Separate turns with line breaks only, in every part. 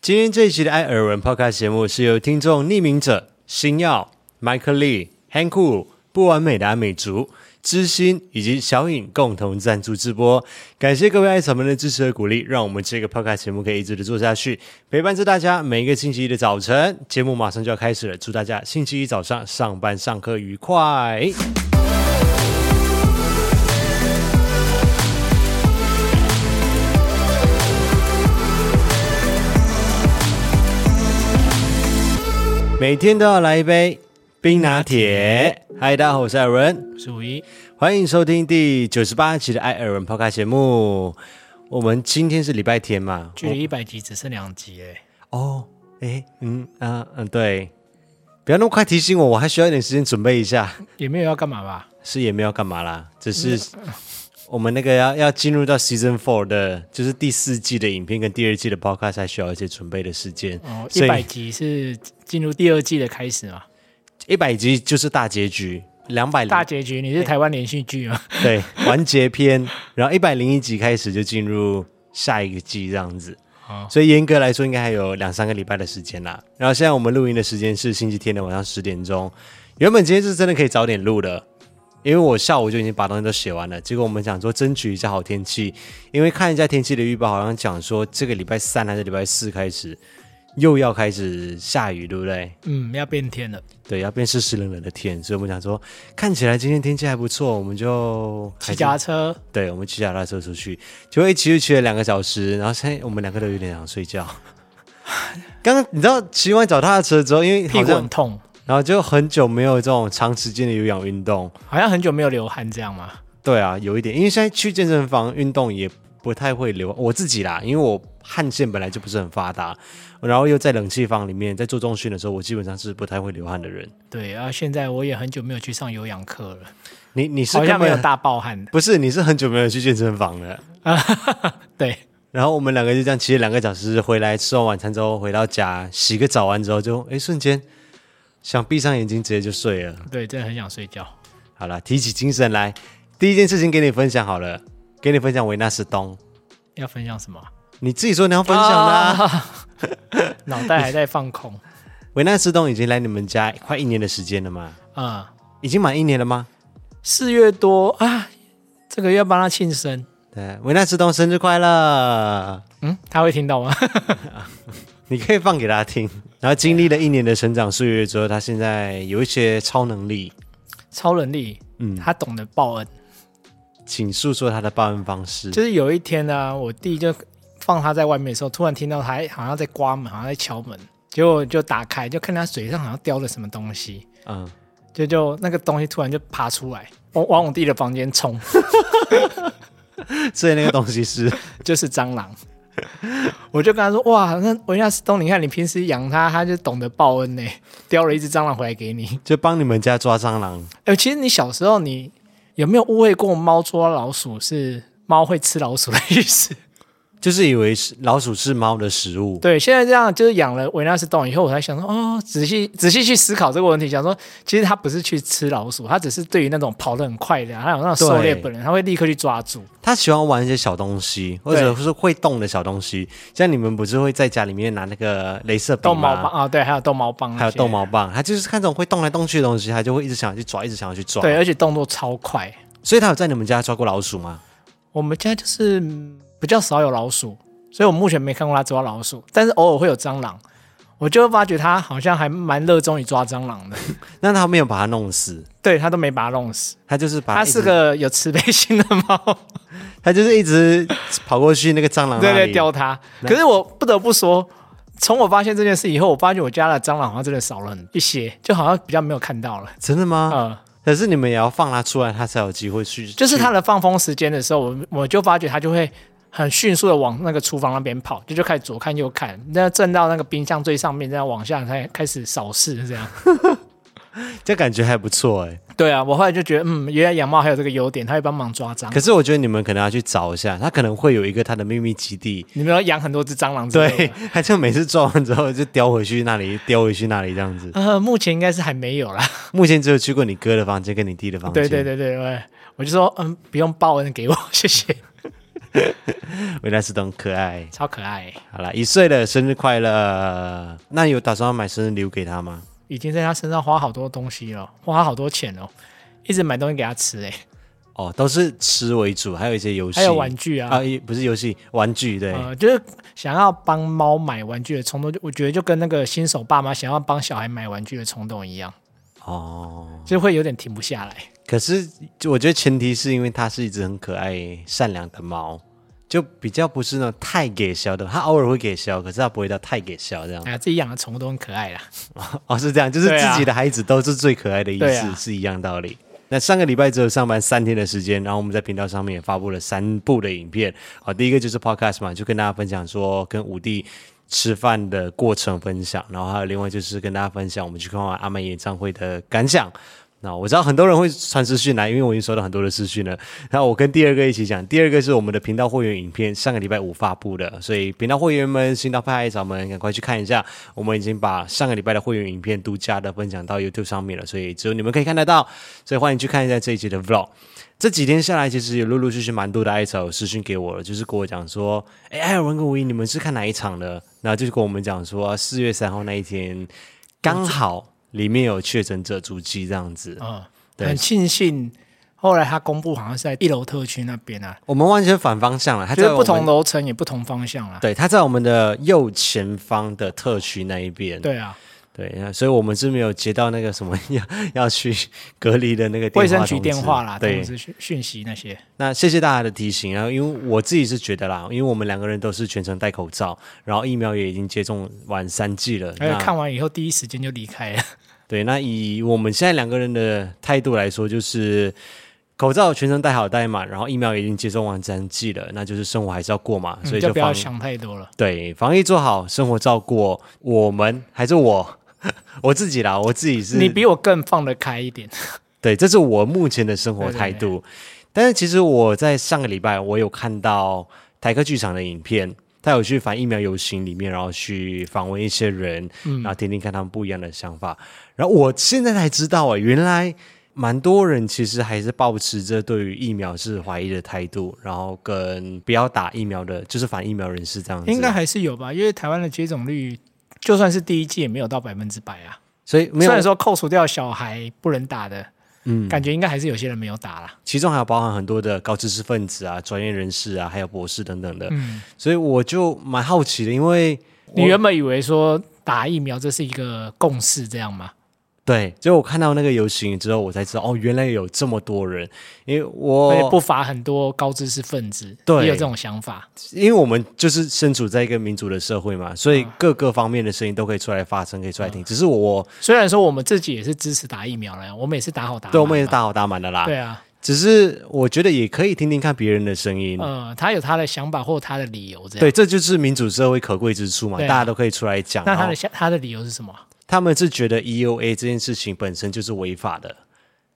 今天这一期的《艾尔文 Podcast》节目是由听众匿名者星耀、Michael Lee、Hank Wu、不完美的阿美族、知心以及小影共同赞助直播。感谢各位艾草们的支持和鼓励，让我们这个 Podcast 节目可以一直的做下去，陪伴着大家每一个星期一的早晨。节目马上就要开始了，祝大家星期一早上上班上课愉快。每天都要来一杯冰拿铁。嗨，大家好，我是艾伦，
是五一，
欢迎收听第九十八期的艾尔文 Podcast 节目。我们今天是礼拜天嘛？
距离一百集只剩两集哎，
哦，哎，嗯啊嗯，对，不要那么快提醒我，我还需要一点时间准备一下。
也没有要干嘛吧？
是也没有干嘛啦，只是
嗯
我们那个要要进入到 Season Four 的，就是第四季的影片跟第二季的 Podcast 还需要一些准备的时间。
哦，
所
一
以嗯
百集是进入第二季的开始嘛？
一百集就是大结局，两百
大结局，你是台湾连续剧吗？
对，完结篇，然后一百零一集开始就进入下一个季这样子
好。
所以严格来说，应该还有两三个礼拜的时间啦。然后现在我们录音的时间是星期天的晚上十点钟。原本今天是真的可以早点录的，因为我下午就已经把东西都写完了。结果我们想说争取一下好天气，因为看一下天气的预报，好像讲说这个礼拜三还是礼拜四开始又要开始下雨，对不对？
嗯，要变天了，
对，要变湿湿冷冷的天，所以我们想说，看起来今天天气还不错，我们就
骑
还是
脚踏车，
对，我们骑脚踏车出去，就一骑就骑了两个小时，然后现在我们两个都有点想睡 觉。刚刚你知道骑完脚踏车之后，因为
屁
好
股很
像
痛，
然后就很久没有这种长时间的有氧运动，
好像很久没有流汗这样嘛。
对啊，有一点，因为现在去健身房运动也不太会流我自己啦，因为我汗腺本来就不是很发达，然后又在冷气房里面在做重训的时候，我基本上是不太会流汗的人。
对，然、后现在我也很久没有去上有氧课了，
你你是
好
根
像没有
本
大暴汗的。
不是你是很久没有去健身房了。
对，
然后我们两个就这样骑了两个小时回来，吃完晚餐之后回到家，洗个澡完之后就哎瞬间想闭上眼睛直接就睡了。
对，真的很想睡觉。
好了，提起精神来，第一件事情给你分享好了，给你分享维纳斯东，
要分享什么啊？
你自己说你要分享的啊、
啊 脑袋还在放空。
维纳斯东已经来你们家快一年的时间了嘛，
嗯，
已经满一年了吗？
四月多啊，这个月要帮他庆生。
对，维纳斯东生日快乐！
嗯，他会听到吗？
你可以放给他听。然后经历了一年的成长岁月之后，他现在有一些超能力，
超能力，
嗯
他懂得报恩。
请诉说他的报恩方式。
就是有一天呢、我弟就放他在外面的时候，突然听到他哎好像在刮门，好像在敲门，结果就打开，就看他嘴上好像叼了什么东西，
嗯，
就就那个东西突然就爬出来，往往我弟的房间冲，
所以那个东西是。
就是蟑螂。 我就跟他说：“哇，那维纳斯东，你看你平时养它，它就懂得报恩呢，叼了一只蟑螂回来给你。
就帮你们家抓蟑螂。
哎、其实你小时候，你有没有误会过猫捉老鼠是猫会吃老鼠的意思？
就是以为是老鼠是猫的食物，
对，现在这样就是养了维纳斯洞以后，我才想说，哦，仔细仔细去思考这个问题，想说，其实它不是去吃老鼠，它只是对于那种跑得很快的，还有那种狩猎本能，它会立刻去抓住。
它喜欢玩一些小东西，或者是会动的小东西。像你们不是会在家里面拿那个镭射笔
逗猫
吗
棒啊，对，还有逗猫棒，
还有逗。猫棒，它就是看这种会动来动去的东西，它就会一直想要去抓，一直想要去抓。
对，，而且动作超快。
所以它有在你们家抓过老鼠吗？
我们家就是嗯比较少有老鼠，所以我目前没看过它抓老鼠，但是偶尔会有蟑螂。我就发觉它好像还蛮热衷于抓蟑螂的，
那它没有把它弄死，
对它都没把它弄死。
它就是把
它
它一直
是个有慈悲心的猫。
它就是一直跑过去那个蟑螂
对
那
对，
里。
叼它。可是我不得不说，从我发现这件事以后，我发觉我家的蟑螂好像真的少了很一些，就好像比较没有看到了。
真的吗？
呃，
可是你们也要放它出来，它才有机会去。
就是
去
它的放风时间的时候，我我就发觉它就会很迅速的往那个厨房那边跑，就就开始左看右看，那震到那个冰箱最上面，这样往下才开始扫视这样。
这感觉还不错哎、
对啊，我后来就觉得，嗯，原来养猫还有这个优点，它会帮忙抓蟑。
可是我觉得你们可能要去找一下，它可能会有一个它的秘密基 地，
你们要养很多只蟑螂之类的
对，他就每次抓完之后就叼回去那里，叼回去那里这样 子。
呃，目前应该是还没有啦。
目前只有去过你哥的房间跟你弟的房间。
对对
对。
对对对，我就说，嗯，不用报恩给我，谢谢。
维纳斯东可爱。
超可爱，
好了，一岁了，生日快乐！那有打算要买生日礼物给他吗？
已经在他身上花好多东西了，花好多钱了，一直买东西给他吃、欸，哎，
哦，都是吃为主，还有一些游戏，
还有玩具啊，
啊，一不是游戏，玩具对。
呃，就是想要帮猫买玩具的冲动，就我觉得就跟那个新手爸妈想要帮小孩买玩具的冲动一样，
哦，
就会有点停不下来。
可是我觉得前提是因为它是一只很可爱、善良的猫，就比较不是那种太给削的。它偶尔会给削，可是它不会到太给削 这样。
哎呀，自己养的宠物都很可爱啦。
哦，是这样，就是
对啊
自己的孩子都是最可爱的意思，
对啊
是一样道理。那上个礼拜只有上班三天的时间，然后我们在频道上面也发布了三部的影片。好，第一个就是 podcast 嘛，就跟大家分享说跟五弟吃饭的过程分享，然后还有另外就是跟大家分享我们去看完阿妹演唱会的感想。那我知道很多人会传私讯来，因为我已经收到很多的私讯了。那我跟第二个一起讲，第二个是我们的频道会员影片，上个礼拜五发布的，所以频道会员们、新到派爱嫂们，赶快去看一下。我们已经把上个礼拜的会员影片独家的分享到 YouTube 上面了，所以只有你们可以看得到，所以欢迎去看一下这一集的 Vlog。这几天下来，其实有陆陆续续蛮多的艾草有私讯给我了，就是跟我讲说，哎，艾尔文跟吴英，你们是看哪一场的？然后就是跟我们讲说，啊四月三号那一天刚好里面有确诊者足迹这样子。
嗯，
对
很庆幸后来他公布好像是在一楼特区那边啊，
我们完全反方向了，他
就
在
是
我
不
们
同楼层也不同方向啦。
对，他在我们的右前方的特区那一边。
对啊，
对，那所以我们是没有接到那个什么要 要去隔离的那个电话
卫生局
通知
电话啦，
对
通，知讯讯息那些。
那谢谢大家的提醒。然后，因为我自己是觉得啦，因为我们两个人都是全程戴口罩，然后疫苗也已经接种完三剂了。
而且
那
哎看完以后第一时间就离开了。
对，那以我们现在两个人的态度来说，就是口罩全程戴好戴嘛，然后疫苗已经接种完三剂了，那就是生活还是要过嘛，所以
嗯就不要
防
想太多了。
对，防疫做好，生活照顾我们还是我 我自己啦，我自己是
你比我更放得开一点，
对，这是我目前的生活态度。但是其实我在上个礼拜，我有看到台客剧场的影片，他有去反疫苗游行里面，然后去访问一些人，
嗯
然后听听看他们不一样的想法。然后我现在才知道啊，原来蛮多人其实还是保持着对于疫苗是怀疑的态度，然后跟不要打疫苗的，就是反疫苗人士这样子。
应该还是有吧？因为台湾的接种率就算是第一季也没有到百分之百啊。
所以没
虽
有
然说扣除掉小孩不能打的，
嗯
感觉应该还是有些人没有打啦。
其中还有包含很多的高知识分子啊、专业人士啊，还有博士等等的，
嗯
所以我就蛮好奇的，因为我
你原本以为说打疫苗这是一个共识这样吗？
对，就我看到那个游行之后，我才知道哦，原来有这么多人，因为
而且
我
不乏很多高知识分子
哦对
也有这种想法，
因为我们就是身处在一个民主的社会
嗯
嘛，所以各个方面的声音都可以出来发声，可以出来听。只是我
虽然说我们自己也是支持打疫苗了，我们也是打好打满嘛，
对我们也是打好打满的啦，
对啊，
只是我觉得也可以听听看别人的声音。
呃，他有他的想法或他的理由这样。
嗯对，这就是民主社会可贵之处嘛，
对啊
大家都可以出来讲。
那他
然后
的想他的理由是什么？
他们是觉得 EUA 这件事情本身就是违法的，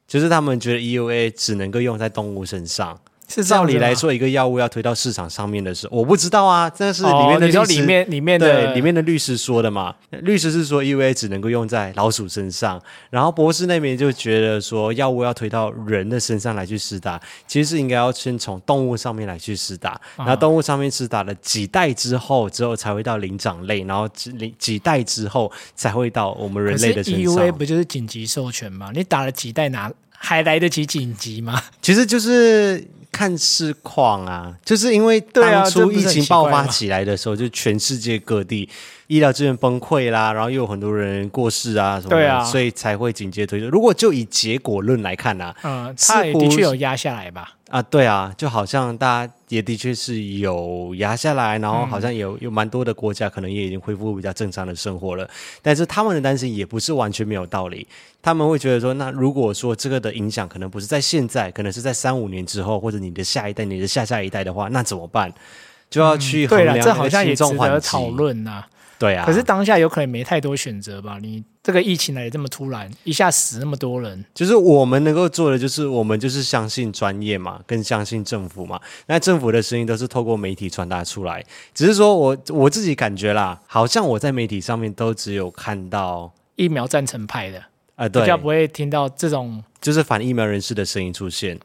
就是他们觉得 EUA 只能够用在动物身上。
是这
照
样子
理
吗
来说，一个药物要推到市场上面的时候，我不知道啊，这是里面
哦
的
你说
律师、
里面里面的
对里面的律师说的嘛。律师是说 EUA 只能够用在老鼠身上，然后博士那边就觉得说药物要推到人的身上来去施打，其实是应该要先从动物上面来去施打，
啊
然后动物上面施打了几代之后，之后才会到灵长类，然后几几代之后才会到我们人
可
类
是
的身
EUA
上。
不就是紧急授权吗？你打了几代哪还来得及紧急吗？
其实就是看市况啊，就是因为
对啊
当初疫情爆发
这不是很奇怪吗
起来的时候，就全世界各地医疗资源崩溃啦，然后又有很多人过世啊什么的，
对啊
所以才会紧接推出。如果就以结果论来看啊，
嗯，
似
他也
乎
的
是
确有压下来吧。
啊，对啊，就好像大家也的确是有压下来，然
嗯
后好像有有蛮多的国家可能也已经恢复比较正常的生活了，但是他们的担心也不是完全没有道理，他们会觉得说，那如果说这个的影响可能不是在现在，可能是在三五年之后，或者你的下一代、你的下下一代的话，那怎么办？就要去衡
嗯对
量
了，
那
这
个
好像也
轻重
值得
缓急
讨，论呐、
对啊。
可是当下有可能没太多选择吧？你这个疫情来得这么突然，一下死那么多人，
就是我们能够做的，就是我们就是相信专业嘛，更相信政府嘛。那政府的声音都是透过媒体传达出来，只是说我我自己感觉啦，好像我在媒体上面都只有看到，
疫苗赞成派的
呃，
比
对，
较不会听到这种
就是反疫苗人士的声音出现，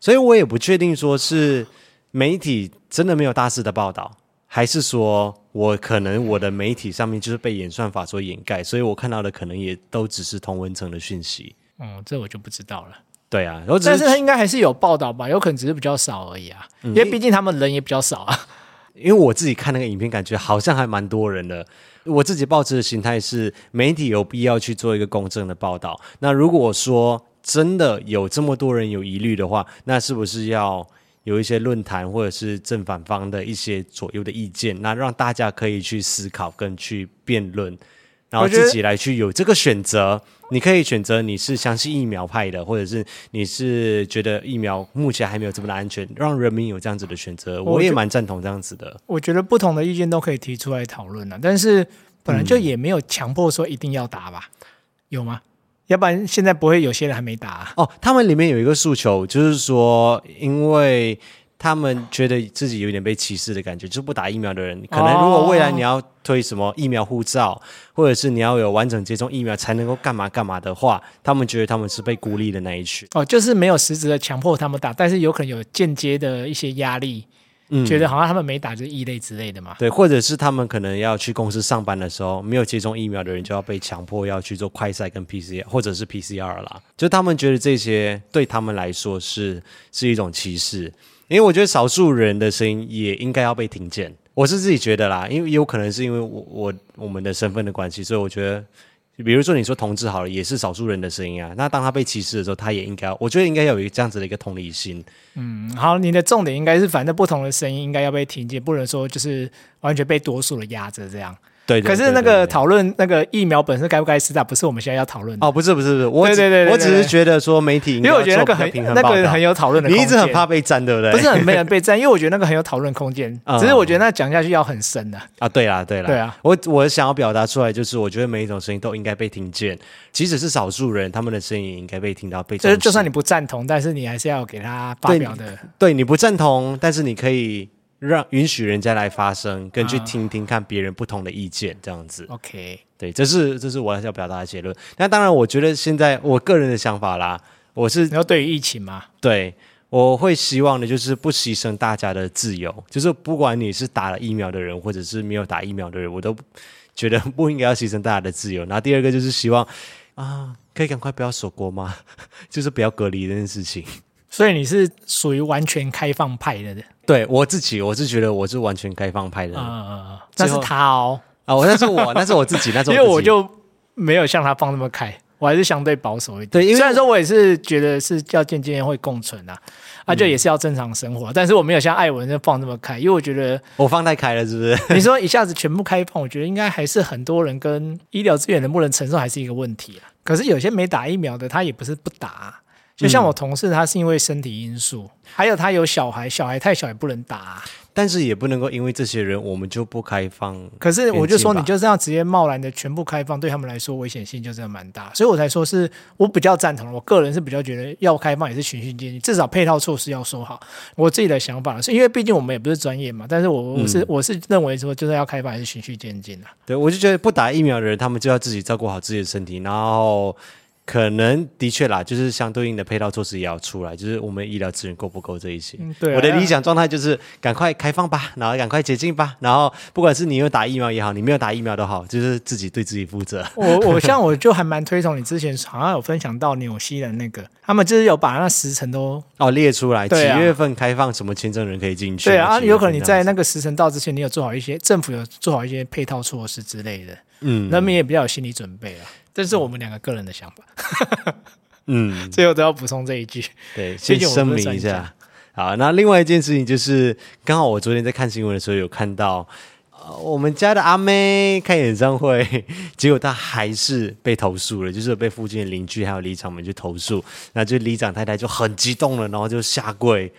所以我也不确定说是媒体真的没有大肆的报道，还是说我可能我的媒体上面就是被演算法所掩盖，所以我看到的可能也都只是同文层的讯息。
嗯，这我就不知道了。
对啊，我只
但是他
是嗯
应该还是有报道吧，有可能只是比较少而已啊，因为毕竟他们人也比较少啊。
因为我自己看那个影片，感觉好像还蛮多人的。我自己抱持的心态是，媒体有必要去做一个公正的报道。那如果说真的有这么多人有疑虑的话，那是不是要有一些论坛或者是正反方的一些左右的意见，那让大家可以去思考跟去辩论，然后
我觉得
自己来去有这个选择。你可以选择你是相信疫苗派的，或者是你是觉得疫苗目前还没有这么的安全，让人民有这样子的选择。
我
我也
觉
蛮赞同这样子的。
我觉得不同的意见都可以提出来讨论了、啊但是本来
嗯
就也没有强迫说一定要打吧，有吗？要不然现在不会有些人还没打、啊。
哦，他们里面有一个诉求，就是说，因为他们觉得自己有点被歧视的感觉，就是不打疫苗的人，可能如果未来你要推什么疫苗护照，或者是你要有完整接种疫苗才能够干嘛干嘛的话，他们觉得他们是被孤立的那一群。
哦，就是没有实质的强迫他们打，但是有可能有间接的一些压力，
嗯
觉得好像他们没打就是异类之类的嘛。
对，或者是他们可能要去公司上班的时候，没有接种疫苗的人就要被强迫要去做快筛跟 PCR 或者是 PCR 啦。就他们觉得这些对他们来说是是一种歧视，因为我觉得少数人的声音也应该要被听见。我是自己觉得啦，因为也有可能是因为我我我们的身份的关系，所以我觉得。比如说，你说同志好了，也是少数人的声音啊。那当他被歧视的时候，他也应该，我觉得应该有一个这样子的一个同理心。
嗯，好，你的重点应该是，反正不同的声音应该要被听见，不能说就是完全被多数的压着这样。
对对
可是
对
那
对
个
对
讨论那个疫苗本身该不该施打，不是我们现在要讨论的。
哦，不是不是不是，我
对
只
对对对
我只
对
是
对
觉得说媒体应
因
该
为我觉得
要
那个
做
很
比较平衡
那
报
个
道
很有讨论的
你
空
一
间，
直很怕被占，对不对？
不是很没人被占，因为我觉得那个很有讨论空间
哎 嗯，
只是我觉得那讲下去要很深的、
啊，对啦对啦，
对啊，
我我想要表达出来就是，我觉得每一种声音都应该被听见，即使是少数人，他们的声音也应该被听到，被重
就
视
是就算你不赞同，但是你还是要给他发
对
表的。
对你不赞同，但是你可以让允许人家来发声，跟去
啊
听听看别人不同的意见，这样子。
OK，
对，这是这是我要表达的结论。那当然，我觉得现在我个人的想法啦，我是
然后对于疫情嘛，
对，我会希望的就是不牺牲大家的自由，就是不管你是打了疫苗的人，或者是没有打疫苗的人，我都觉得不应该要牺牲大家的自由。然后第二个就是希望啊，可以赶快不要锁国吗？ 就是不要隔离这件事情。
所以你是属于完全开放派的人，
对我自己，我是觉得我是完全开放派的人、
呃，
最
那
后
是他哦，
啊，我那是我，那是我自己，那是
因
我
为
自
我
己
就没有像他放那么开，我还是相对保守一点。
对因为
虽然说我也是觉得是要渐渐会共存啊，啊，
嗯
就也是要正常生活，但是我没有像艾文那放那么开，因为我觉得
我放太开了，是不是？
你说一下子全部开放，我觉得应该还是很多人跟医疗资源能不能承受还是一个问题啊。可是有些没打疫苗的，他也不是不打啊、就像我同事，他是因为身体因素，还有他有小孩，小孩太小也不能打啊、
但是也不能够因为这些人，我们就不开放。
可是我就说，
偏见吧
你就这样直接贸然的全部开放，对他们来说危险性就真的蛮大，所以我才说是我比较赞同，我个人是比较觉得要开放也是循序渐进，至少配套措施要说好。我自己的想法是，因为毕竟我们也不是专业嘛，但是我我是、我是认为说，就是要开放还是循序渐进的、
对，我就觉得不打疫苗的人，他们就要自己照顾好自己的身体，然后可能的确啦，就是相对应的配套措施也要出来，就是我们医疗资源够不够这一些。
嗯对啊
我的理想状态就是赶快开放吧，然后赶快解禁吧，然后不管是你有打疫苗也好，你没有打疫苗都好，就是自己对自己负责。
我我像我就还蛮推崇你之前好像有分享到纽西兰那个，他们就是有把那十层都
哦，列出来几
对啊
月份开放，什么签证人可以进去？
对啊，
几月份
有可能你在
这样
那个时辰到之前，你有做好一些政府有做好一些配套措施之类的，
嗯
人民也比较有心理准备啊。这是我们两个个人的想法，
嗯，
最后都要补充这一句。
对，先
毕竟我
声
们不是
明一
专
下
家。
好，那另外一件事情就是，刚好我昨天在看新闻的时候有看到，呃，我们家的阿妹开演唱会， 结果她还是被投诉了，就是被附近的邻居还有里长们去投诉，那就里长太太就很激动了，然后就下跪，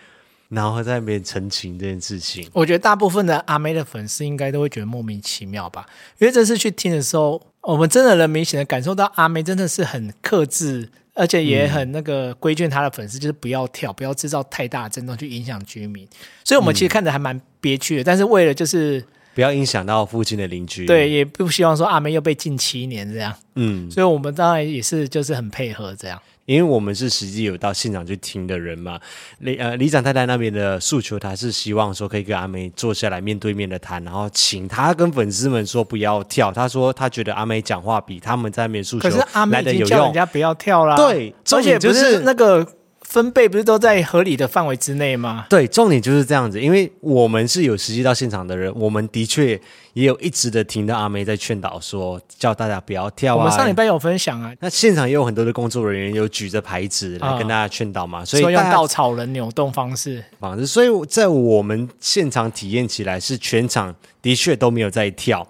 然后在那边澄清这件事情。
我觉得大部分的阿妹的粉丝应该都会觉得莫名其妙吧，因为这次去听的时候，我们真的能明显的感受到阿妹真的是很克制，而且也很那个规劝她的粉丝，就是不要跳，不要制造太大的震动去影响居民。所以我们其实看着还蛮憋屈的，但是为了就是
不要影响到附近的邻居。
对，，也不希望说阿妹又被禁七年这样，
嗯，
所以我们当然也是就是很配合这样。
因为我们是实际有到现场去听的人嘛。李呃李长太太那边的诉求，她是希望说可以跟阿妹坐下来面对面的谈，然后请她跟粉丝们说不要跳。她说她觉得阿妹讲话比他们在那边诉求
可是阿妹
来
已
的
经
有
叫
用
人。家不要跳啦，
对重
而且
点就
不是
是
那个分贝不是都在合理的范围之内吗？
对，重点就是这样子，因为我们是有实际到现场的人，我们的确也有一直的听到阿妹在劝导说，叫大家不要跳
我
啊。
们上礼拜有分享啊，
那现场也有很多的工作人员有举着牌子来跟大家劝导嘛，所以
说用
大家
稻草人扭动方式，
房子，所以在我们现场体验起来是全场的确都没有在跳，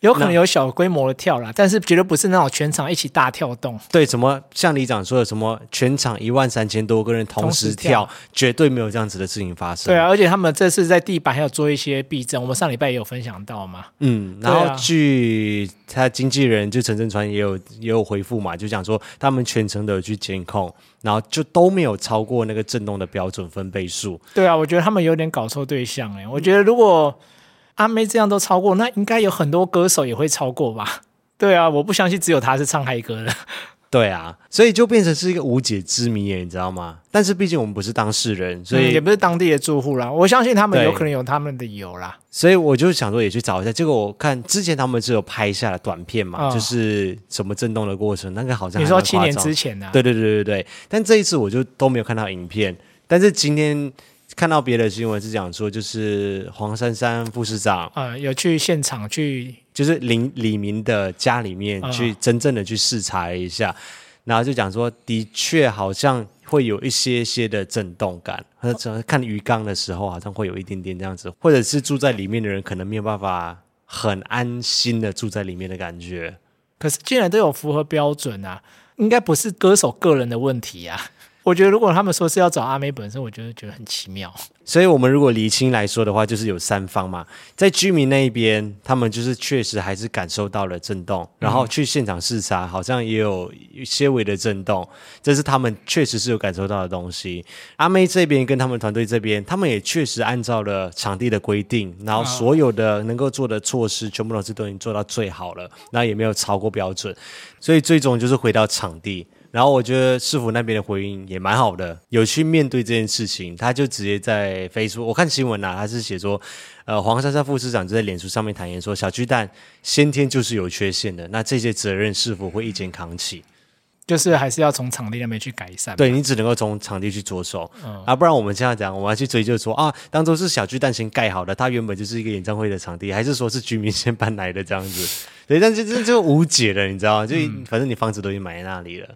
有可能有小规模的跳啦，但是绝对不是那种全场一起大跳动。
对，什么像李长说的什么全场一万三千多个人同时跳，
同
绝对没有这样子的事情发生。
对啊，，而且他们这次在地板还有做一些避震，我们上礼拜也有分享到嘛。
嗯，然
对
后
啊
据他经纪人就陈振川也有也有回复嘛，就讲说他们全程都有去监控，然后就都没有超过那个震动的标准分贝数。
对啊，我觉得他们有点搞错对象
嗯
哎、我觉得如果阿妹这样都超过，那应该有很多歌手也会超过吧？ 对啊，我不相信只有她是唱嗨歌的。
对啊，所以就变成是一个无解之谜耶，你知道吗？但是毕竟我们不是当事人，所以
嗯也不是当地的住户啦，我相信他们
对
有可能有他们的理由啦。
所以我就想说也去找一下，结果我看之前他们是有拍下了短片嘛，
嗯
就是什么震动的过程，那个好像
你
还
说
蛮
七年
夸张
之前呢、啊？
对对对对对，但这一次我就都没有看到影片，但是今天看到别的新闻是讲说，就是黄珊珊副市长，
呃，有去现场去，
就是林李明的家里面
嗯
去真正的去视察一下，然后就讲说，的确好像会有一些些的震动感，或者看鱼缸的时候好像会有一点点这样子，或者是住在里面的人可能没有办法很安心的住在里面的感觉。
可是竟然都有符合标准啊，应该不是歌手个人的问题啊。我觉得如果他们说是要找阿妹本身，我觉得觉得很奇妙。
所以，我们如果厘清来说的话，就是有三方嘛，在居民那一边，他们就是确实还是感受到了震动，然后去现场视察，好像也有些微的震动，这是他们确实是有感受到的东西。阿妹这边跟他们团队这边，他们也确实按照了场地的规定，然后所有的能够做的措施，全部都是都已经做到最好了，然后也没有超过标准，所以最终就是回到场地。然后我觉得市府那边的回应也蛮好的，有去面对这件事情，他就直接在 Facebook，我看新闻啊啦、他是写说，呃，黄珊珊副市长就在脸书上面坦言说，小巨蛋先天就是有缺陷的，那这些责任是否会一肩扛起？
就是还是要从场地那边去改善。，
对你只能够从场地去着手，啊，不然我们这样讲，我们要去追究说啊，当初是小巨蛋先盖好的，它原本就是一个演唱会的场地，还是说是居民先搬来的这样子？ 对，但是这就无解了，你知道吗？就、反正你房子都已经买在那里了，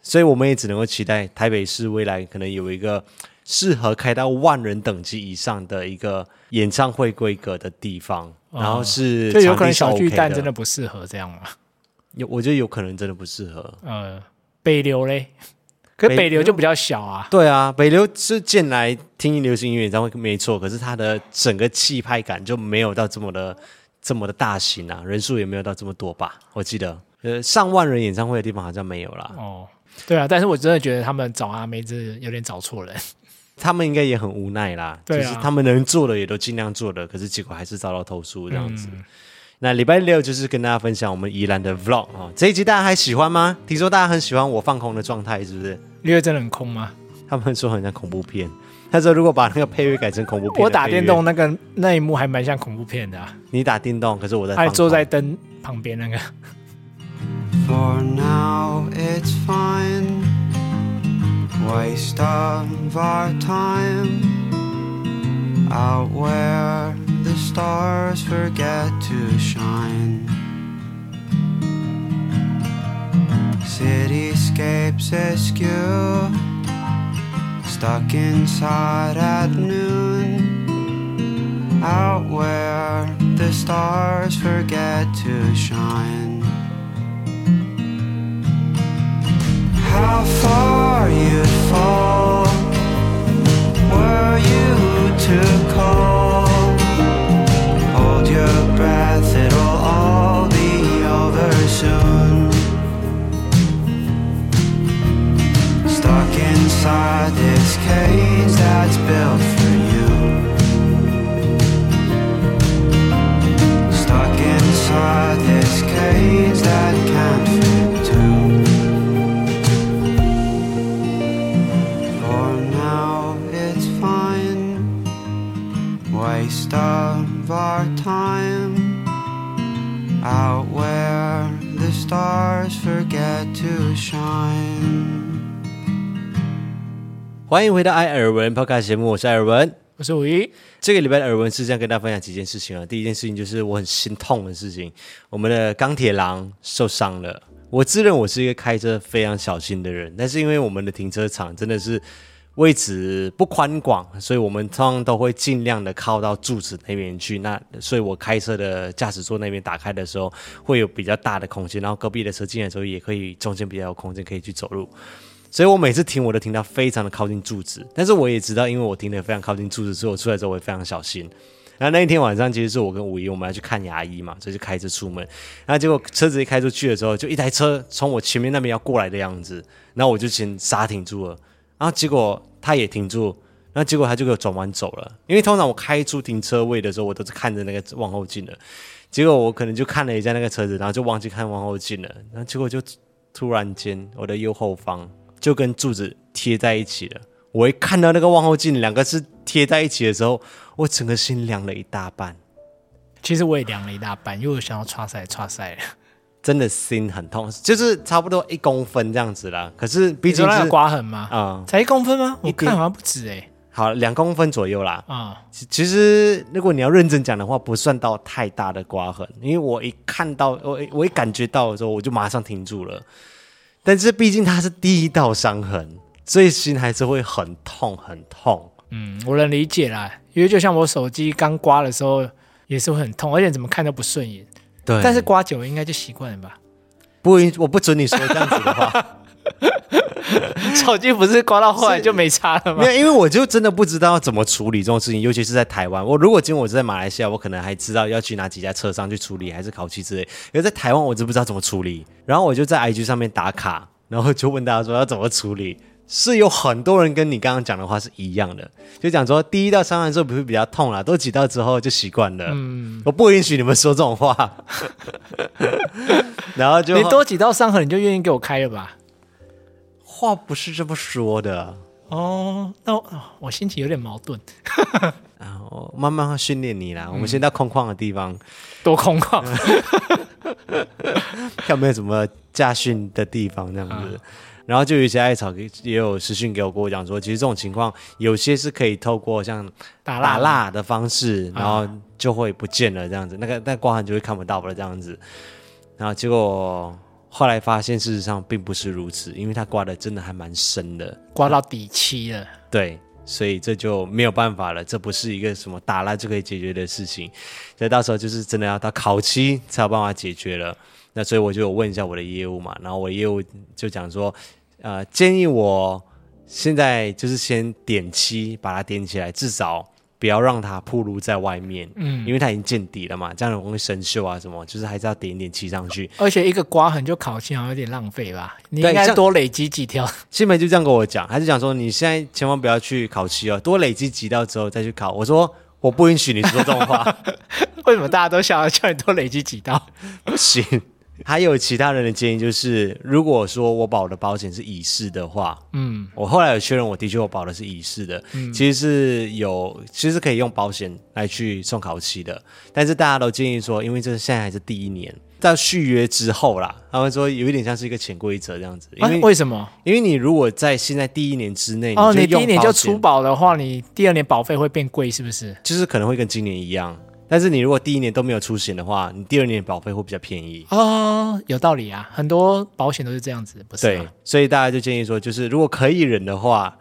所以我们也只能够期待台北市未来可能有一个适合开到万人等级以上的一个演唱会规格的地方，然后是
就
场
有可
地
能
是
小
OK
巨蛋真
的
的不适合这样嘛。
有，我觉得有可能真的不适合。
呃，北流嘞，可
北
北流就比较小啊。
对啊，北流是进来听流行音乐演唱会没错，可是他的整个气派感就没有到这么的这么的大型啊，人数也没有到这么多吧？我记得，呃，上万人演唱会的地方好像没有啦。
哦，对啊，但是我真的觉得他们找阿妹这有点找错人。
他们应该也很无奈啦，
对啊
就是他们能做的也都尽量做了，可是结果还是遭到投诉这样子。
嗯
那礼拜六就是跟大家分享我们宜兰的 vlog 啊、这一集大家还喜欢吗？听说大家很喜欢我放空的状态，是不是？
六月真的很空吗？
他们说很像恐怖片，他说如果把那个配乐改成恐怖片，
我打电，动那个那一幕还蛮像恐怖片的、啊，
你打电动，可是我在放
还
空
哎坐在灯旁边那个。
For now it's fine. Waste of our time. Out where the stars forget to shine. Cityscapes askew. Stuck inside at noon. Out where the stars forget to shine. How far you'd fall were you to call? Hold your breath, it'll all be over soon. Stuck inside this cage that's built for you. Stuck inside this cage that can't fit too. stars forget to shine.
欢迎回到艾尔文 Podcast 节目，我是艾尔文。
我是五一，
这个礼拜的耳闻是这样跟大家分享几件事情啊。第一件事情就是我很心痛的事情，我们的钢铁狼受伤了。我自认我是一个开车非常小心的人，但是因为我们的停车场真的是位置不宽广，所以我们通常都会尽量的靠到柱子那边去。那所以我开车的驾驶座那边打开的时候，会有比较大的空间，然后隔壁的车进来的时候也可以中间比较有空间可以去走路。所以我每次停我都停到非常的靠近柱子，但是我也知道，因为我停得非常靠近柱子，所以我出来之后我会非常小心。然后那一天晚上，其实是我跟五一我们要去看牙医嘛，所以就开车出门。然后结果车子一开出去的时候，就一台车从我前面那边要过来的样子，然后我就先刹停住了，然后结果他也停住，然后结果他就给我转弯走了。因为通常我开出停车位的时候，我都是看着那个往后镜的，结果我可能就看了一下那个车子，然后就忘记看往后镜了，然后结果就突然间我的右后方就跟柱子贴在一起了。我一看到那个望后镜两个是贴在一起的时候，我整个心凉了一大半，
其实我也量了一大半，因为我想要刷赛刷赛了，
真的心很痛，就是差不多一公分这样子啦。可是毕
你
竟
说那
是
个刮痕吗？
啊、
才一公分吗？我
一点
看好像不止哎、
好两公分左右啦。
啊、
其其实如果你要认真讲的话，不算到太大的刮痕，因为我一看到我一我一感觉到的时候，我就马上停住了。但是毕竟它是第一道伤痕，所以心还是会很痛很痛。
嗯，我能理解啦，因为就像我手机刚刮的时候也是会很痛，而且怎么看都不顺眼，
对
但是刮久了应该就习惯了吧？
不允，我不准你说这样子的话。
手机不是刮到后来就没差 了吗
没？有，因为我就真的不知道怎么处理这种事情，尤其是在台湾。我如果今天我是在马来西亚，我可能还知道要去哪几家车商去处理，还是烤漆之类。因为在台湾，我就不知道怎么处理。然后我就在 IG 上面打卡，然后就问大家说要啊怎么处理。是有很多人跟你刚刚讲的话是一样的，就讲说第一道伤痕之后不会比较痛啦，都几道之后就习惯了。嗯， 我不允许你们说这种话。 然后就
你多几道伤痕你就愿意给我开了吧？
话不是这么说的。
哦，那我哦我心情有点矛盾，
啊，我慢慢会训练你啦。我们先到空旷的地方，
多空 旷。
看有没有什么驾训的地方这样
啊
子。然后就有一些艾草给也有私讯给我，跟我讲说，其实这种情况有些是可以透过像
打蜡啊
打蜡的方式，然后就会不见了这样子，那个那刮痕就会看不到了这样子。然后结果后来发现，事实上并不是如此，因为它刮的真的还蛮深的。
刮到底漆了，
对，所以这就没有办法了，这不是一个什么打蜡就可以解决的事情，所以到时候就是真的要到烤漆才有办法解决了。那所以我就有问一下我的业务嘛，然后我业务就讲说，呃，建议我现在就是先点漆把它点起来，至少。不要让它暴露在外面，嗯，因为它已经见底了嘛，这样容易生锈啊什么，就是还是要点一点漆上去。
而且一个刮痕就烤漆，好像有点浪费吧？你
对
应该
像
多累积几条。
新梅就这样跟我讲，他就讲说你现在千万不要去烤漆哦，多累积几道之后再去烤。我说我不允许你说这种 话，
为什么大家都想要叫你多累积几道？
不行。还有其他人的建议就是，如果说我保的保险是乙式的话，
嗯，
我后来有确认，我的确我保的是乙式的，其实是有，其实可以用保险来去送烤漆的，但是大家都建议说，因为这现在还是第一年，到续约之后啦，他们说有一点像是一个潜规则这样子，因
啊
为、
为什么？
因为你如果在现在第一年之内，
哦，你第
用
一年就
保险
出保的话，你第二年保费会变贵，是不是？
就是可能会跟今年一样，但是你如果第一年都没有出险的话，你第二年保费会比较便宜。
哦，有道理啊，很多保险都是这样子，不是啊
对
吗？，
所以大家就建议说，就是如果可以忍的话，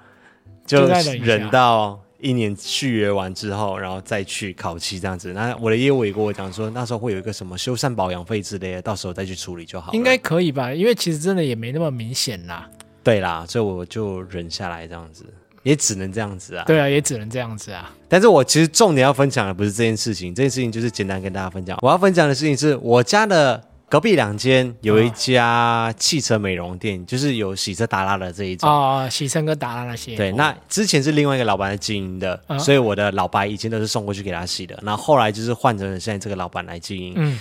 就
就再忍一下
忍到一年续约完之后，然后再去考期这样子。那我的业务也跟我讲说，那时候会有一个什么修缮保养费之类的，到时候再去处理就好了。
应该可以吧？因为其实真的也没那么明显啦。
对啦，所以我就忍下来这样子，也只能这样子啊。
对啊，也只能这样子啊。
但是我其实重点要分享的不是这件事情，这件事情就是简单跟大家分享。我要分享的事情是我家的隔壁两间有一家汽车美容店，就是有洗车打蜡的这一种。
哦，洗身跟打蜡那些，
对，那之前是另外一个老板来经营的，
啊
所以我的老白以前都是送过去给他洗的，然后后来就是换成了现在这个老板来经营。
嗯，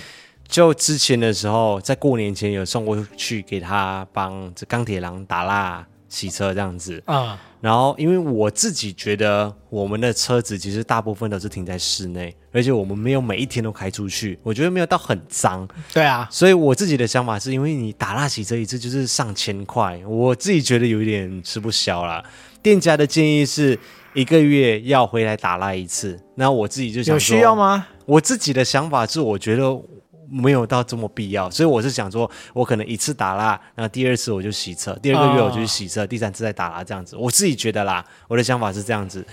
就之前的时候，在过年前有送过去给他帮这钢铁狼打蜡，骑车这样子。
啊、
然后，因为我自己觉得我们的车子其实大部分都是停在室内，而且我们没有每一天都开出去，我觉得没有到很脏。
对啊，
所以我自己的想法是因为你打蜡洗这一次就是上千块，我自己觉得有一点吃不消啦。店家的建议是一个月要回来打蜡一次，那我自己就想
有
说
需要？吗？
我自己的想法是，我觉得没有到这么必要，所以我是想说，我可能一次打蜡，然后第二次我就洗车，第二个月我就去洗车，第三次再打蜡这样子。我自己觉得啦，我的想法是这样子。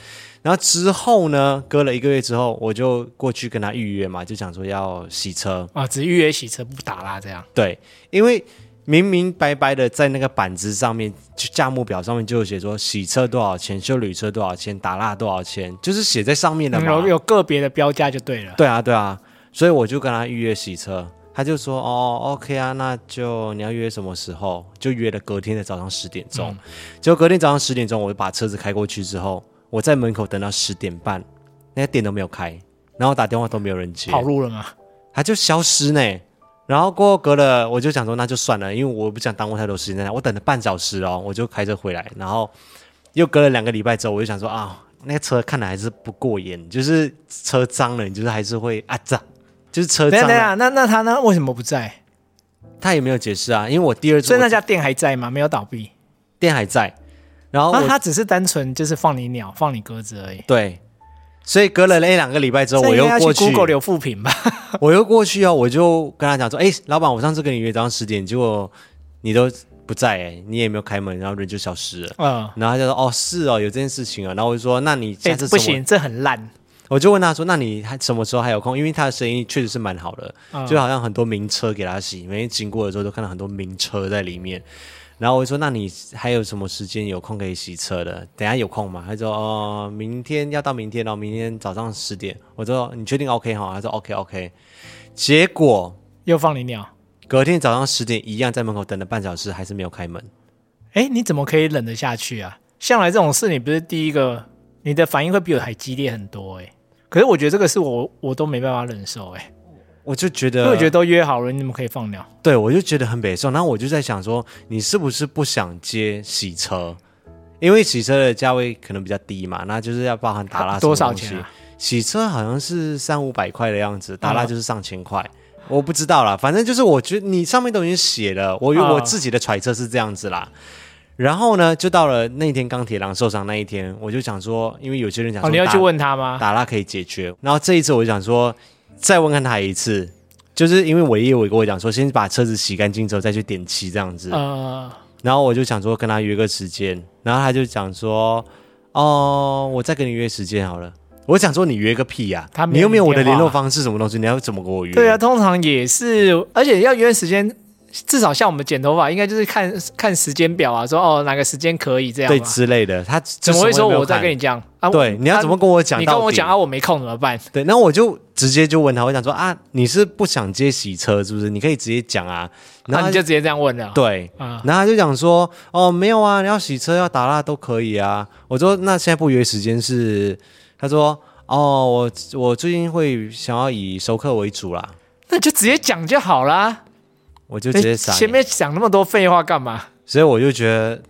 然后之后呢，隔了一个月之后，我就过去跟他预约嘛，就想说要洗车。
啊，只预约洗车不打啦，这样
对，因为明明白白的在那个板子上面，就价目表上面就有写说洗车多少钱，修旅车多少钱，打蜡多少钱，就是写在上面的嘛。
嗯有有个别的标价就对了。
对啊，对啊，所以我就跟他预约洗车，他就说哦，OK 啊，那就你要约什么时候？就约了隔天的早上十点钟。结果隔天早上十点钟，我就把车子开过去之后，我在门口等到十点半，那个店都没有开，然后打电话都没有人接，
跑路了吗？
他就消失呢。然后过后隔了，我就想说那就算了，因为我不想耽误太多时间在那。我等了半小时哦，我就开车回来，然后又隔了两个礼拜之后，我就想说啊，那个车看来还是不过眼，就是车脏了，你就是还是会啊脏，就是车
等一
脏
下等一
了。
下，那那他呢？为什么不在？
他也没有解释啊，因为我第二次
所以那
我
家店还在吗？没有倒闭，
店还在，然后我、
那他只是单纯就是放你鸟、放你鸽子而已。
对，所以隔了那两个礼拜之后，
这
我
应
又
该要
过
Google 留复评吧？
我又过去啊，我就跟他讲说，哎、老板，我上次跟你约早上十点，结果你都不在、哎，你也没有开门，然后人就消失了。
嗯，
然后他就说：“哦，是哦，有这件事情啊。”然后我就说：“那你
哎、
下次、
不行，，这很烂。
我就问他说：‘那你还什么时候还有空？’因为他的生意确实是蛮好的，
嗯
就好像很多名车给他洗，每天经过的时候都看到很多名车在里面。然后我就说：‘那你还有什么时间有空可以洗车的？等一下有空吗？’他说：‘哦、明天要到明天哦，明天早上十点。’我说：‘你确定 OK 哈？’他说：‘OK OK。’结果
又放你鸟。
隔天早上十点一样在门口等了半小时，还是没有开门。
哎，你怎么可以忍得下去啊？向来这种事，你不是第一个，你的反应会比我还激烈很多哎、可是我觉得这个是我我都没办法忍受哎、
我就觉
因
得，
为我觉得都约好了，你怎么可以放鸟？
对，我就觉得很北宋。然后我就在想说，你是不是不想接洗车？因为洗车的价位可能比较低嘛，那就是要包含打蜡什么
多少
东西
钱啊？嗯
洗车好像是三五百块的样子，打蜡就是上千块。我不知道啦，反正就是我觉得你上面都已经写了，我、
啊
我自己的揣测是这样子啦。然后呢，就到了那天钢铁狼受伤那一天，我就想说，因为有些人讲说、
哦，你要去问他吗？
打蜡可以解决。然后这一次我就想说，再问看他一次，就是因为我业务也跟我讲说，先把车子洗干净之后再去点漆这样子。
呃，
然后我就想说跟他约个时间，然后他就讲说，哦，我再跟你约时间好了。我想说你约个屁呀、
他没有
你又没有我的
你电
联
话
络方式什么东西，你要怎么跟我约？
对啊，，通常也是，而且要约时间，至少像我们剪头发，应该就是看看时间表啊，说哦哪个时间可以这样嘛。
对之类的，他怎
啊怎么会说我在跟
你？
你讲啊？
对，你要怎么跟我讲、
啊你跟我讲啊，我没空怎么办？
对，那我就直接就问他，我想说啊，你是不想接洗车是不是？你可以直接讲啊。 然
那、
后他
你就直接这样问了。
对，
啊，
然后他就讲说，哦，没有啊，你要洗车要打蜡都可以啊。我说那现在不约时间是？他说哦，我我最近会想要以熟客为主啦。
那就直接讲就好啦。哎
我就直接傻眼，
前面讲那么多废话干嘛？
所以我就觉得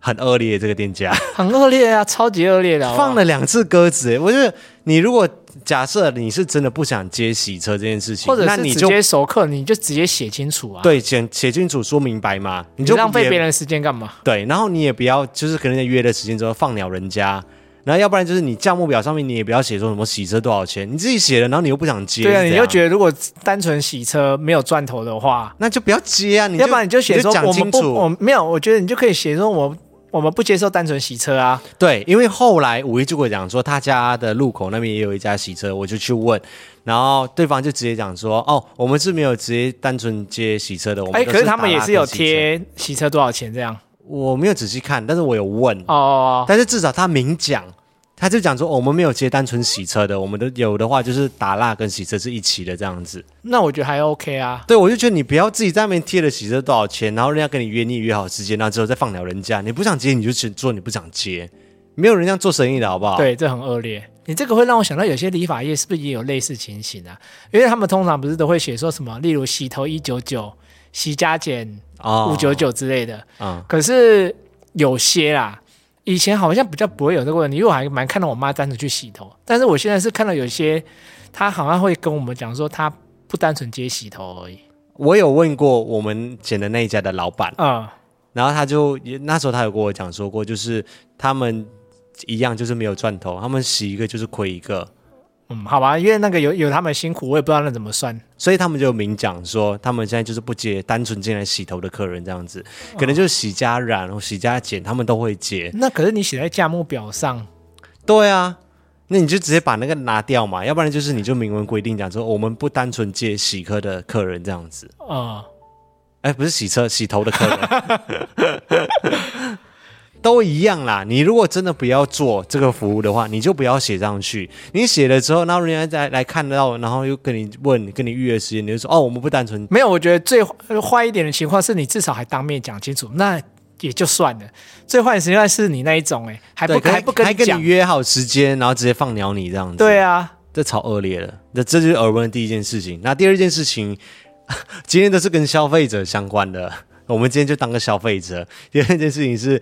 很恶劣这个店家，
很恶劣啊，超级恶劣的好不好
放了两次鸽子欸。我觉得你如果假设你是真的不想接洗车这件事情，
或者
那
是
你
直
就
接熟客，你就直接写清楚啊。，
对写写清楚说明白嘛，你
你
就
浪费
也
别人的时间干嘛？
对，然后你也不要就是可能在约的时间之后放鸟人家，然后要不然就是你价目表上面你也不要写说什么洗车多少钱，你自己写了，然后你又不想接，
对啊，
是
你
怎
就
样
觉得如果单纯洗车没有赚头的话，
那就不要接啊，你
要不然你就写说
讲
我
清
们不，我
楚。
们没有，我觉得你就可以写说我我们不接受单纯洗车啊。
对，因为后来五一就跟我讲说他家的路口那边也有一家洗车，我就去问，然后对方就直接讲说哦，我们是没有直接单纯接洗车的，我们
哎，
都
可是他
打
们也
蜡
是有
跟洗车，
贴洗车多少钱这样。
我没有仔细看，但是我有问，
哦，
但是至少他明讲，他就讲说、哦我们没有接单纯洗车的，我们的有的话就是打蜡跟洗车是一起的这样子。
那我觉得还 OK 啊。
对，我就觉得你不要自己在那边贴了洗车多少钱，然后人家跟你约，你也约好时间，然后之后再放鸟人家，你不想接你就去做，你不想接，没有人这样做生意的好不好？，
对，这很恶劣。你这个会让我想到有些理发业是不是也有类似情形啊？因为他们通常不是都会写说什么，例如洗头一九九，洗加减
哦
啊五九，九之类的。
嗯，
可是有些啦，以前好像比较不会有这个问题，因为我还蛮看到我妈单纯去洗头，但是我现在是看到有些她好像会跟我们讲说，她不单纯接洗头而已。
我有问过我们剪的那一家的老板，
嗯，
然后他就也那时候他有跟我讲说过，就是他们一样就是没有赚头，他们洗一个就是亏一个，
嗯，好吧，因为那个有有他们辛苦，我也不知道那怎么算。
所以他们就明讲说，他们现在就是不接单纯进来洗头的客人这样子，可能就是洗加染或洗加剪，他们都会接。
那可是你写在价目表上，
对啊，那你就直接把那个拿掉嘛，要不然就是你就明文规定讲说，我们不单纯接洗客的客人这样子，
呃，
哎，不是洗车洗头的客人。都一样啦，你如果真的不要做这个服务的话，你就不要写上去。你写了之后，然后人家再来看到，然后又跟你问、跟你预约时间，你就说哦，我们不单纯
没有，我觉得最呃坏一点的情况是你至少还当面讲清楚，那也就算了。最坏的情况是你那一种、欸，哎，还
对
不
可
还
以
不跟
还
你
跟你
讲，
约好时间，然后直接放鸟你这样子，
对，啊，
这超恶劣的。那这就是耳闻的第一件事情。那第二件事情，今天都是跟消费者相关的，我们今天就当个消费者。第二件事情是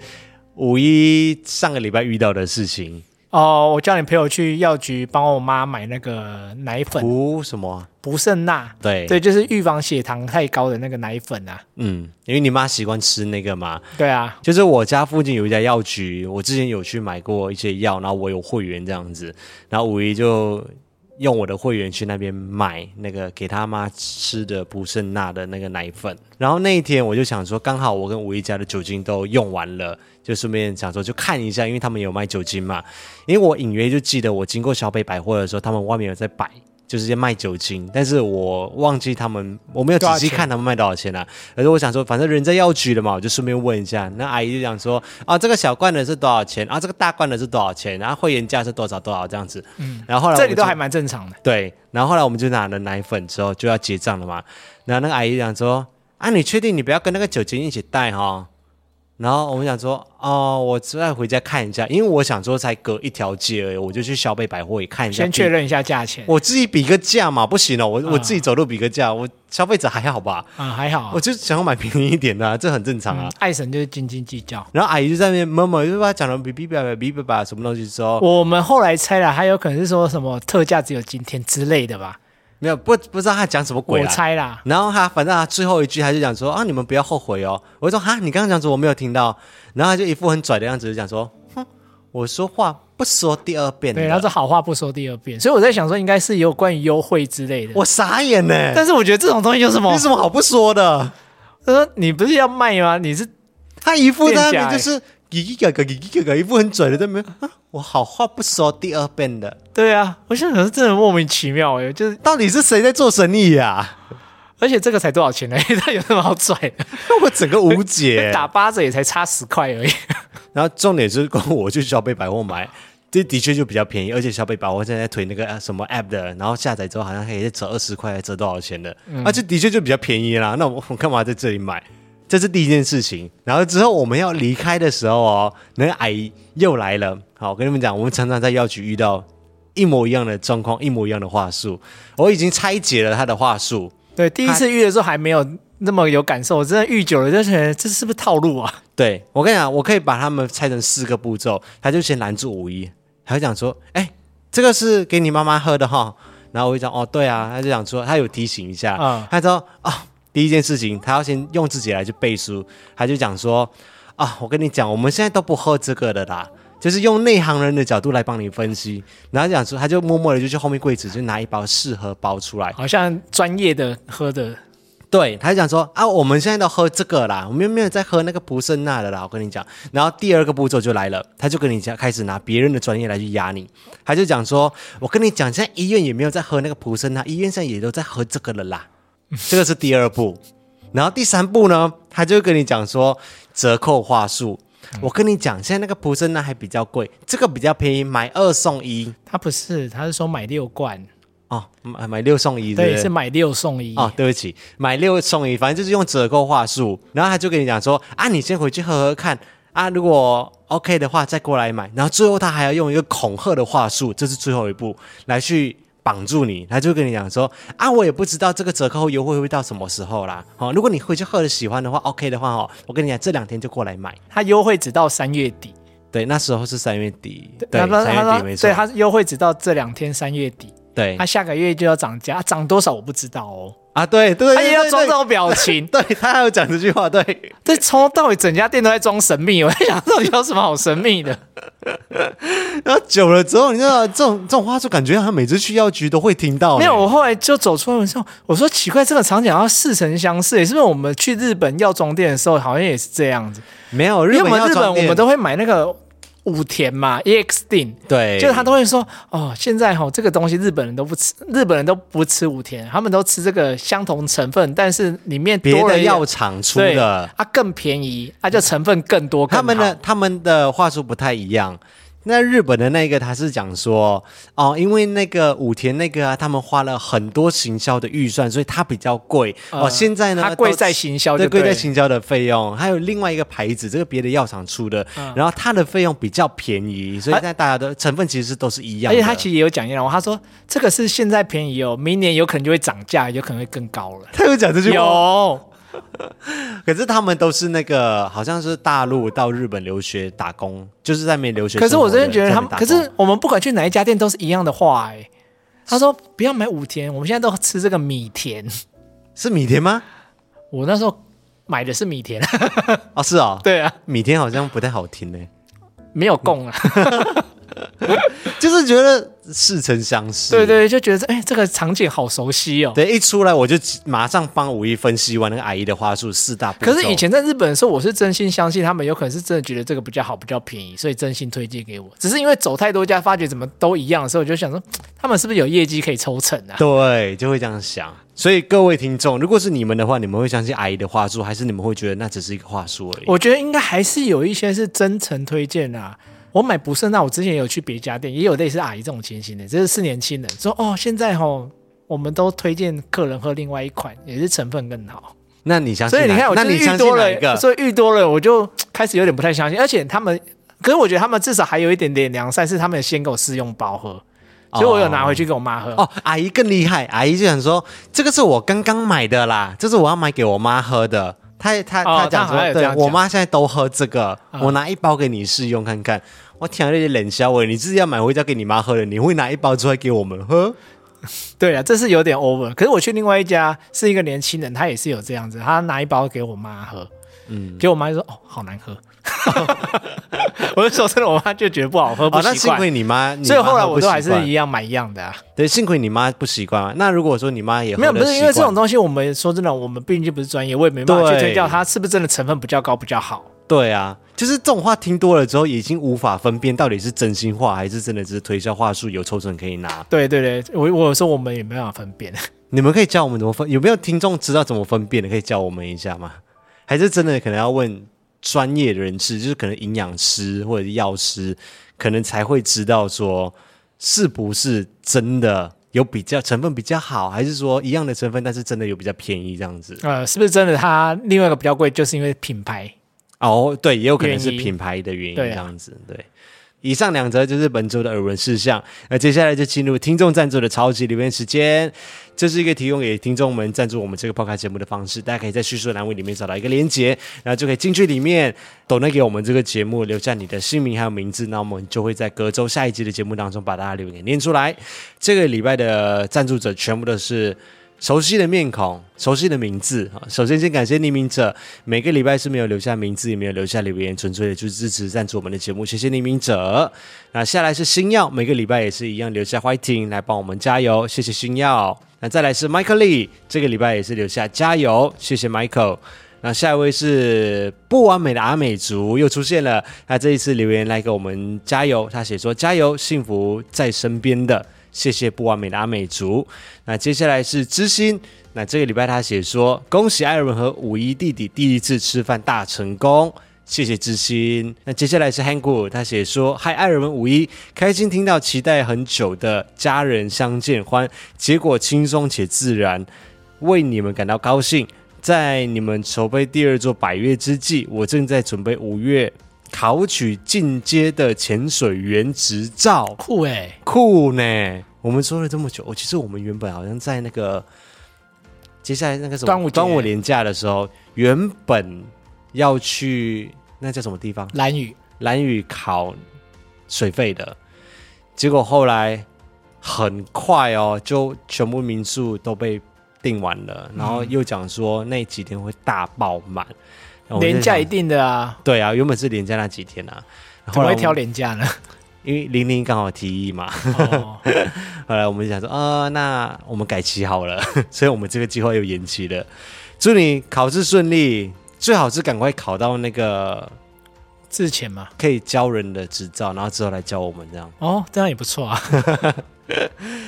五一上个礼拜遇到的事情，
哦，我叫你陪我去药局帮我妈买那个奶粉，
不什么啊？
补肾钠，
对
对，就是预防血糖太高的那个奶粉啊，
嗯，因为你妈喜欢吃那个嘛，
对啊，
就是我家附近有一家药局，我之前有去买过一些药，然后我有会员这样子，然后五一就用我的会员去那边买那个给他妈吃的补肾钠的那个奶粉。然后那一天我就想说，刚好我跟五一家的酒精都用完了，就顺便想说就看一下，因为他们有卖酒精嘛。因为我隐约就记得我经过小北百货的时候，他们外面有在摆。就是在卖酒精，但是我忘记他们，我没有仔
多少
细
钱
看他们卖多少钱了、啊可是我想说，反正人在药局了嘛，我就顺便问一下。那阿姨就讲说，啊，这个小罐的是多少钱？啊，这个大罐的是多少钱？然后会员价是多少多少这样子。嗯，然后后来我
这里都
就
还蛮正常的，
对，然后后来我们就拿了奶粉之后就要结账了嘛。然后那个阿姨讲说：“啊，你确定你不要跟那个酒精一起带哈？”然后我们想说：“哦，我只要回家看一下，因为我想说才隔一条街而已，我就去小北百货也看一下。”
先确，认一下价钱，
我自己比个价嘛，不行哦，我、我自己走路比个价，我消费者还好吧？
啊，还好啊、嗯
我就想要买便宜一点的啊、这很正常啊。
爱神就是斤斤计较。
然后阿姨就在那边闷闷，就把她讲了比比吧比比吧什么东西之后，
我们后来猜了，还有可能是说什么特价只有今天之类的吧，
没有不不知道她讲什么鬼
我
啦。
猜啦。
然后他反正他最后一句他就讲说啊，你们不要后悔哦。我就说哈，你刚刚讲说我没有听到，然后他就一副很拽的样子，就讲说，哼，我说话不说第二遍的。
对，然后这好话不说第二遍，所以我在想说，应该是有关于优惠之类的。
我傻眼呢、
但是我觉得这种东西有什么
有？什么好不说的？
他说你不是要卖吗？你是
他一副在那边
店家欸
就是叽叽嘎嘎叽叽嘎嘎，一副很拽的在那边啊，我好话不说第二遍的，
对啊，我想想是真的莫名其妙哎、就是
到底是谁在做生意呀、
而且这个才多少钱呢、 那有什么好拽的？
我整个无 解。
打八折也才差十块而已。
然后重点是跟我去小北百货买，这的确就比较便宜，而且小北百货现在在推那个呃什么 app 的，然后下载之后好像可以再折二十块，还折多少钱的，啊，这的确就比较便宜啦。那我我干嘛在这里买？这是第一件事情。然后之后我们要离开的时候哦，那个阿姨又来了。好，我跟你们讲，我们常常在药局遇到一模一样的状况，一模一样的话术。我已经拆解了他的话术，
对，第一次遇的时候还没有那么有感受，我真的遇久了就觉得这是不是套路啊？
对我跟你讲，我可以把他们拆成四个步骤，他就先拦住五一，他就讲说：“哎、这个是给你妈妈喝的哈。”然后我就讲：“哦，对啊。”他就讲说，他有提醒一下，
嗯
他说：“啊、第一件事情，他要先用自己来去背书。”他就讲说：“啊，我跟你讲，我们现在都不喝这个的啦。”就是用内行人的角度来帮你分析，然后他讲说，他就默默的就去后面柜子就拿一包试喝包出来，
好像专业的喝的
对，他就讲说啊，我们现在都喝这个啦，我们又没有在喝那个补肾钠的啦。我跟你讲，然后第二个步骤就来了，他就跟你讲，开始拿别人的专业来去压你。他就讲说，我跟你讲，现在医院也没有在喝那个补肾钠，医院现在也都在喝这个了啦。这个是第二步，然后第三步呢，他就跟你讲说折扣话术。我跟你讲，现在那个补肾钠还比较贵，这个比较便宜，买二送一
他不是，他是说买六罐，
哦，买买六送一，
对，
不
是买六送一。
哦，对不起，买六送一，反正就是用折扣话术，然后他就跟你讲说啊，你先回去喝喝看啊，如果 OK 的话再过来买，然后最后他还要用一个恐吓的话术，这是最后一步来去。绑住你，他就跟你讲说啊，我也不知道这个折扣优惠会到什么时候啦。哦，如果你回去喝了喜欢的话，OK 的话哦，我跟你讲，这两天就过来买。
它优惠只到三月底，
对，那时候是三月底，对，
他说
三
他
月底
说
没错嗯
对，，它优惠只到这两天三月底，
对
它下个月就要涨价，啊涨多少我不知道哦，
啊，对对，
它也要装这
到。
种 表情，
对他还有讲这句话，对，
这从头到尾整家店都在装神秘，我在想到底有什么好神秘的？
然后久了之后，你知道这种这种话术，感觉好像每次去药局都会听到、欸
没有，我后来就走出来的时候，我说奇怪，这个场景好像似曾相识，是不是我们去日本药妆店的时候好像也是这样子？
没有，
因为我们
药
日本
妆
我
店
们都会买那个武田嘛，EX ，E 定。
对，
就是他都会说哦，现在哈、这个东西日本人都不吃，日本人都不吃武田，他们都吃这个相同成分，但是里面
别
多了
的
一点
药厂出
对
的，
啊更便宜，啊就成分更多。更
他们
好
的他们的话术不太一样。那日本的那个他是讲说哦，因为那个武田那个啊，他们花了很多行销的预算，所以它比较贵、哦。
呃
现在呢，
它贵
都
在行销就
对，贵
对
在
了
行销的费用。还有另外一个牌子，这个别的药厂出的，
嗯
然后它的费用比较便宜，所以现在大家的成分其实都是一样
啊而
的。
且他其实也有讲一样话，他说这个是现在便宜哦，明年有可能就会涨价，有可能会更高了。
他有讲这句话，
有，
可是他们都是那个好像是大陆到日本留学打工，就是在那边留学
可
生
是
活
我
的
真
人
的觉得
在那
他
边
们，
打
可
工
是我们不管去哪一家店都是一样的话哎、他说不要买五田，我们现在都吃这个米田。
是米田吗？
我那时候买的是米田，
哦，是哦，
对啊，
米田好像不太好听呢，
没有供啊。
就是觉得似曾相识。
对对，就觉得哎、这个场景好熟悉哦。
对，一出来我就马上帮五一分析完那个阿姨的话术四大步骤。
可是以前在日本的时候，我是真心相信他们有可能是真的觉得这个比较好、比较便宜，所以真心推荐给我。只是因为走太多家，发觉怎么都一样的时候，我就想说，他们是不是有业绩可以抽成啊？
对就会这样想。所以各位听众，如果是你们的话，你们会相信阿姨的话术，还是你们会觉得那只是一个话术而已？
我觉得应该还是有一些是真诚推荐啊。我买不胜那，我之前有去别家店，也有类似阿姨这种情形的，这是是年轻人说哦，现在吼我们都推荐客人喝另外一款，也是成分更好。
那你相信
所
哪？
以你看，我
那
就是
你
遇
相信
多
哪一个
了，？所以遇多了，我就开始有点不太相信。而且他们，可是我觉得他们至少还有一点点良善，是他们先给我试用包喝，所以我有拿回去给我妈喝。
哦，阿姨更厉害，阿姨就想说，这个是我刚刚买的啦，这是我要买给我妈喝的。她她
哦
她讲
她
说，
好像有这
对
样讲啊
我妈现在都喝这个，我拿一包给你试用看看。我天啊，这些冷笑话，你自己要买回家给你妈喝的，你会拿一包出来给我们喝？
对啊，这是有点 over。可是我去另外一家是一个年轻人，他也是有这样子，他拿一包给我妈喝，嗯，结果我妈就说哦，好难喝。 我就说真的，我妈就觉得不好喝，不
哦，那
习
幸
惯。
亏你妈，你妈
所以后来
喝不
我都
习
还是
惯
一样买一样的啊，
对，幸亏你妈不习惯嘛。那如果说你妈也喝
没有
得
不是因为
习
这
惯
种东西，我们说真的，我们毕竟不是专业，我也没办法去
对
推掉它是不是真的成分比较高比较好。
对啊，就是这种话听多了之后，已经无法分辨到底是真心话还是真的只是推销话术，有抽成可以拿。
对对对，我我有时候我们也没办法分 辨，
你们可以教我们怎么分？有没有听众知道怎么分辨的？可以教我们一下吗？还是真的可能要问专业人士，就是可能营养师或者是药师，可能才会知道说是不是真的有比较成分比较好，还是说一样的成分，但是真的有比较便宜这样子？
呃，是不是真的它另外一个比较贵，就是因为品牌。
哦，对，也有可能是
原因
品牌的原因，
对啊
这样子对。以上两则就是本周的耳闻事项，那接下来就进入听众赞助的超级留言时间。这是一个提供给听众们赞助我们这个 podcast 节目的方式，大家可以在叙述栏位里面找到一个连接，然后就可以进去里面抖内给我们这个节目留下你的姓名还有名字，那我们就会在隔周下一集的节目当中把大家留言给念出来。这个礼拜的赞助者全部都是熟悉的面孔、熟悉的名字啊。首先，先感谢匿名者，每个礼拜是没有留下名字，也没有留下留言，纯粹的就是支持赞助我们的节目，谢谢匿名者。那下来是星耀，每个礼拜也是一样留下 fighting 来帮我们加油，谢谢星耀。那再来是 Michael Lee，这个礼拜也是留下加油，谢谢 Michael。那下一位是不完美的阿美族又出现了，他这一次留言来给我们加油，他写说加油，幸福在身边的，谢谢不完美的阿美族。那接下来是知心，那这个礼拜他写说恭喜艾尔文和五一弟弟第一次吃饭大成功。谢谢知心。那接下来是 Hangu，他写说：“嗨，艾尔文五一，开心听到期待很久的家人相见欢，结果轻松且自然，为你们感到高兴。在你们筹备第二座百月之际，我正在准备五月考取进阶的潜水员执照，
酷哎、
酷呢！我们说了这么久，我哦其实我们原本好像在那个接下来那个什么
端午节
端午连假的时候，原本要去那叫什么地方？
蓝雨
蓝屿考水费的，结果后来很快哦，就全部民宿都被订完了，然后又讲说那几天会大爆满，然后哦我就
廉价
想
一定的啊，
对啊，原本是廉价那几天啊，
怎
后来
么会
我
挑 廉价呢？
因为玲玲刚好提议嘛，
哦，
后来我们就想说，呃，那我们改期好了， 所以我们这个计划又延期了。祝你考试顺利，最好是赶快考到那个
之前嘛，
可以教人的执照，然后之后来教我们这样。
哦，这样也不错啊。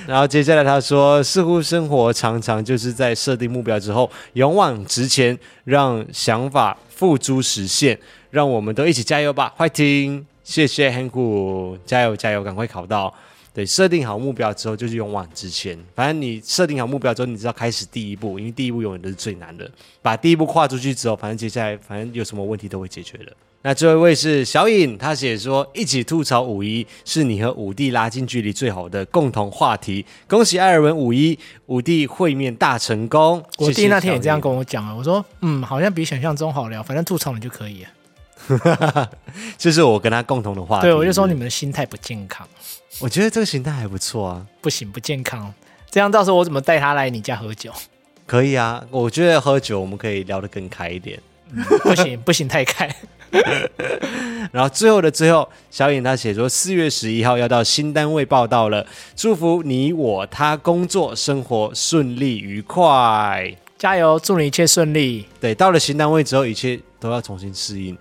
然后接下来他说，似乎生活常常就是在设定目标之后勇往直前，让想法付诸实现，让我们都一起加油吧，fighting！谢谢 Hank，加油加油，赶快考到。对，设定好目标之后就是勇往直前。反正你设定好目标之后，你知道开始第一步，因为第一步永远都是最难的。把第一步跨出去之后，反正接下来反正有什么问题都会解决的。那最后一位是小颖，她写说一起吐槽五一是你和五弟拉近距离最好的共同话题。恭喜艾尔文五一五弟会面大成功。
我
谢谢
弟那天也
小
这样
颖
跟我讲啊，我说嗯，好像比想象中好聊，反正吐槽你就可以了。
这是我跟他共同的话题。
对，我就说你们的心态不健康，
我觉得这个形态还不错啊，
不行，不健康。这样到时候我怎么带他来你家喝酒？
可以啊。我觉得喝酒我们可以聊得更开一点。
不行，不行，太开。
然后最后的最后，小颖她写说，四月十一号要到新单位报道了，祝福你我他工作生活顺利愉快。
加油，祝你一切顺利。
对，到了新单位之后，一切都要重新适应，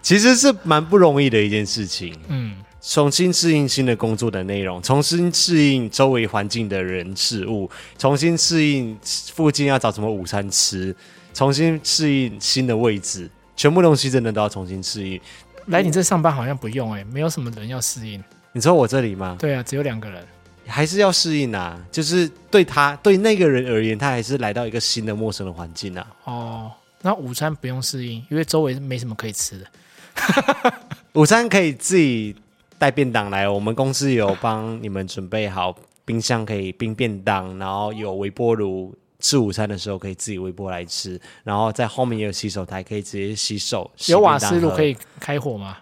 其实是蛮不容易的一件事情。
嗯，
重新适应新的工作的内容，重新适应周围环境的人事物，重新适应附近要找什么午餐吃，重新适应新的位置，全部东西真的都要重新适应。
来你这上班好像不用哎、没有什么人要适应。
你说我这里吗？
对啊，只有两个人。
还是要适应啊，就是对他对那个人而言，他还是来到一个新的陌生的环境啊。
哦，那午餐不用适应，因为周围没什么可以吃的。
午餐可以自己带便当来，我们公司有帮你们准备好，冰箱可以冰便当，然后有微波炉，吃午餐的时候可以自己微波来吃，然后在后面也有洗手台，可以直接洗手。洗
有
便
瓦
当
斯炉
喝
可。以开火吗？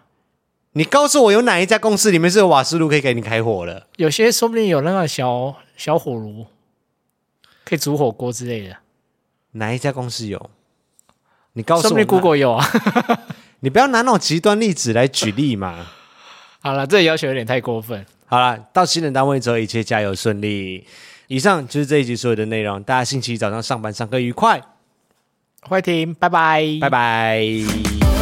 你告诉我有哪一家公司里面是有瓦斯炉可以给你开火的？
有些说不定有那个小小火炉，可以煮火锅之类的。
哪一家公司有？你告诉我
说不
哪，
定 Google 有啊。
你不要拿那种极端例子来举例嘛。
好了，这个要求有点太过分。
好啦，到新的单位之后，一切加油顺利。以上就是这一集所有的内容，大家星期一早上上班上课愉快，
欢迎，拜拜，
拜拜。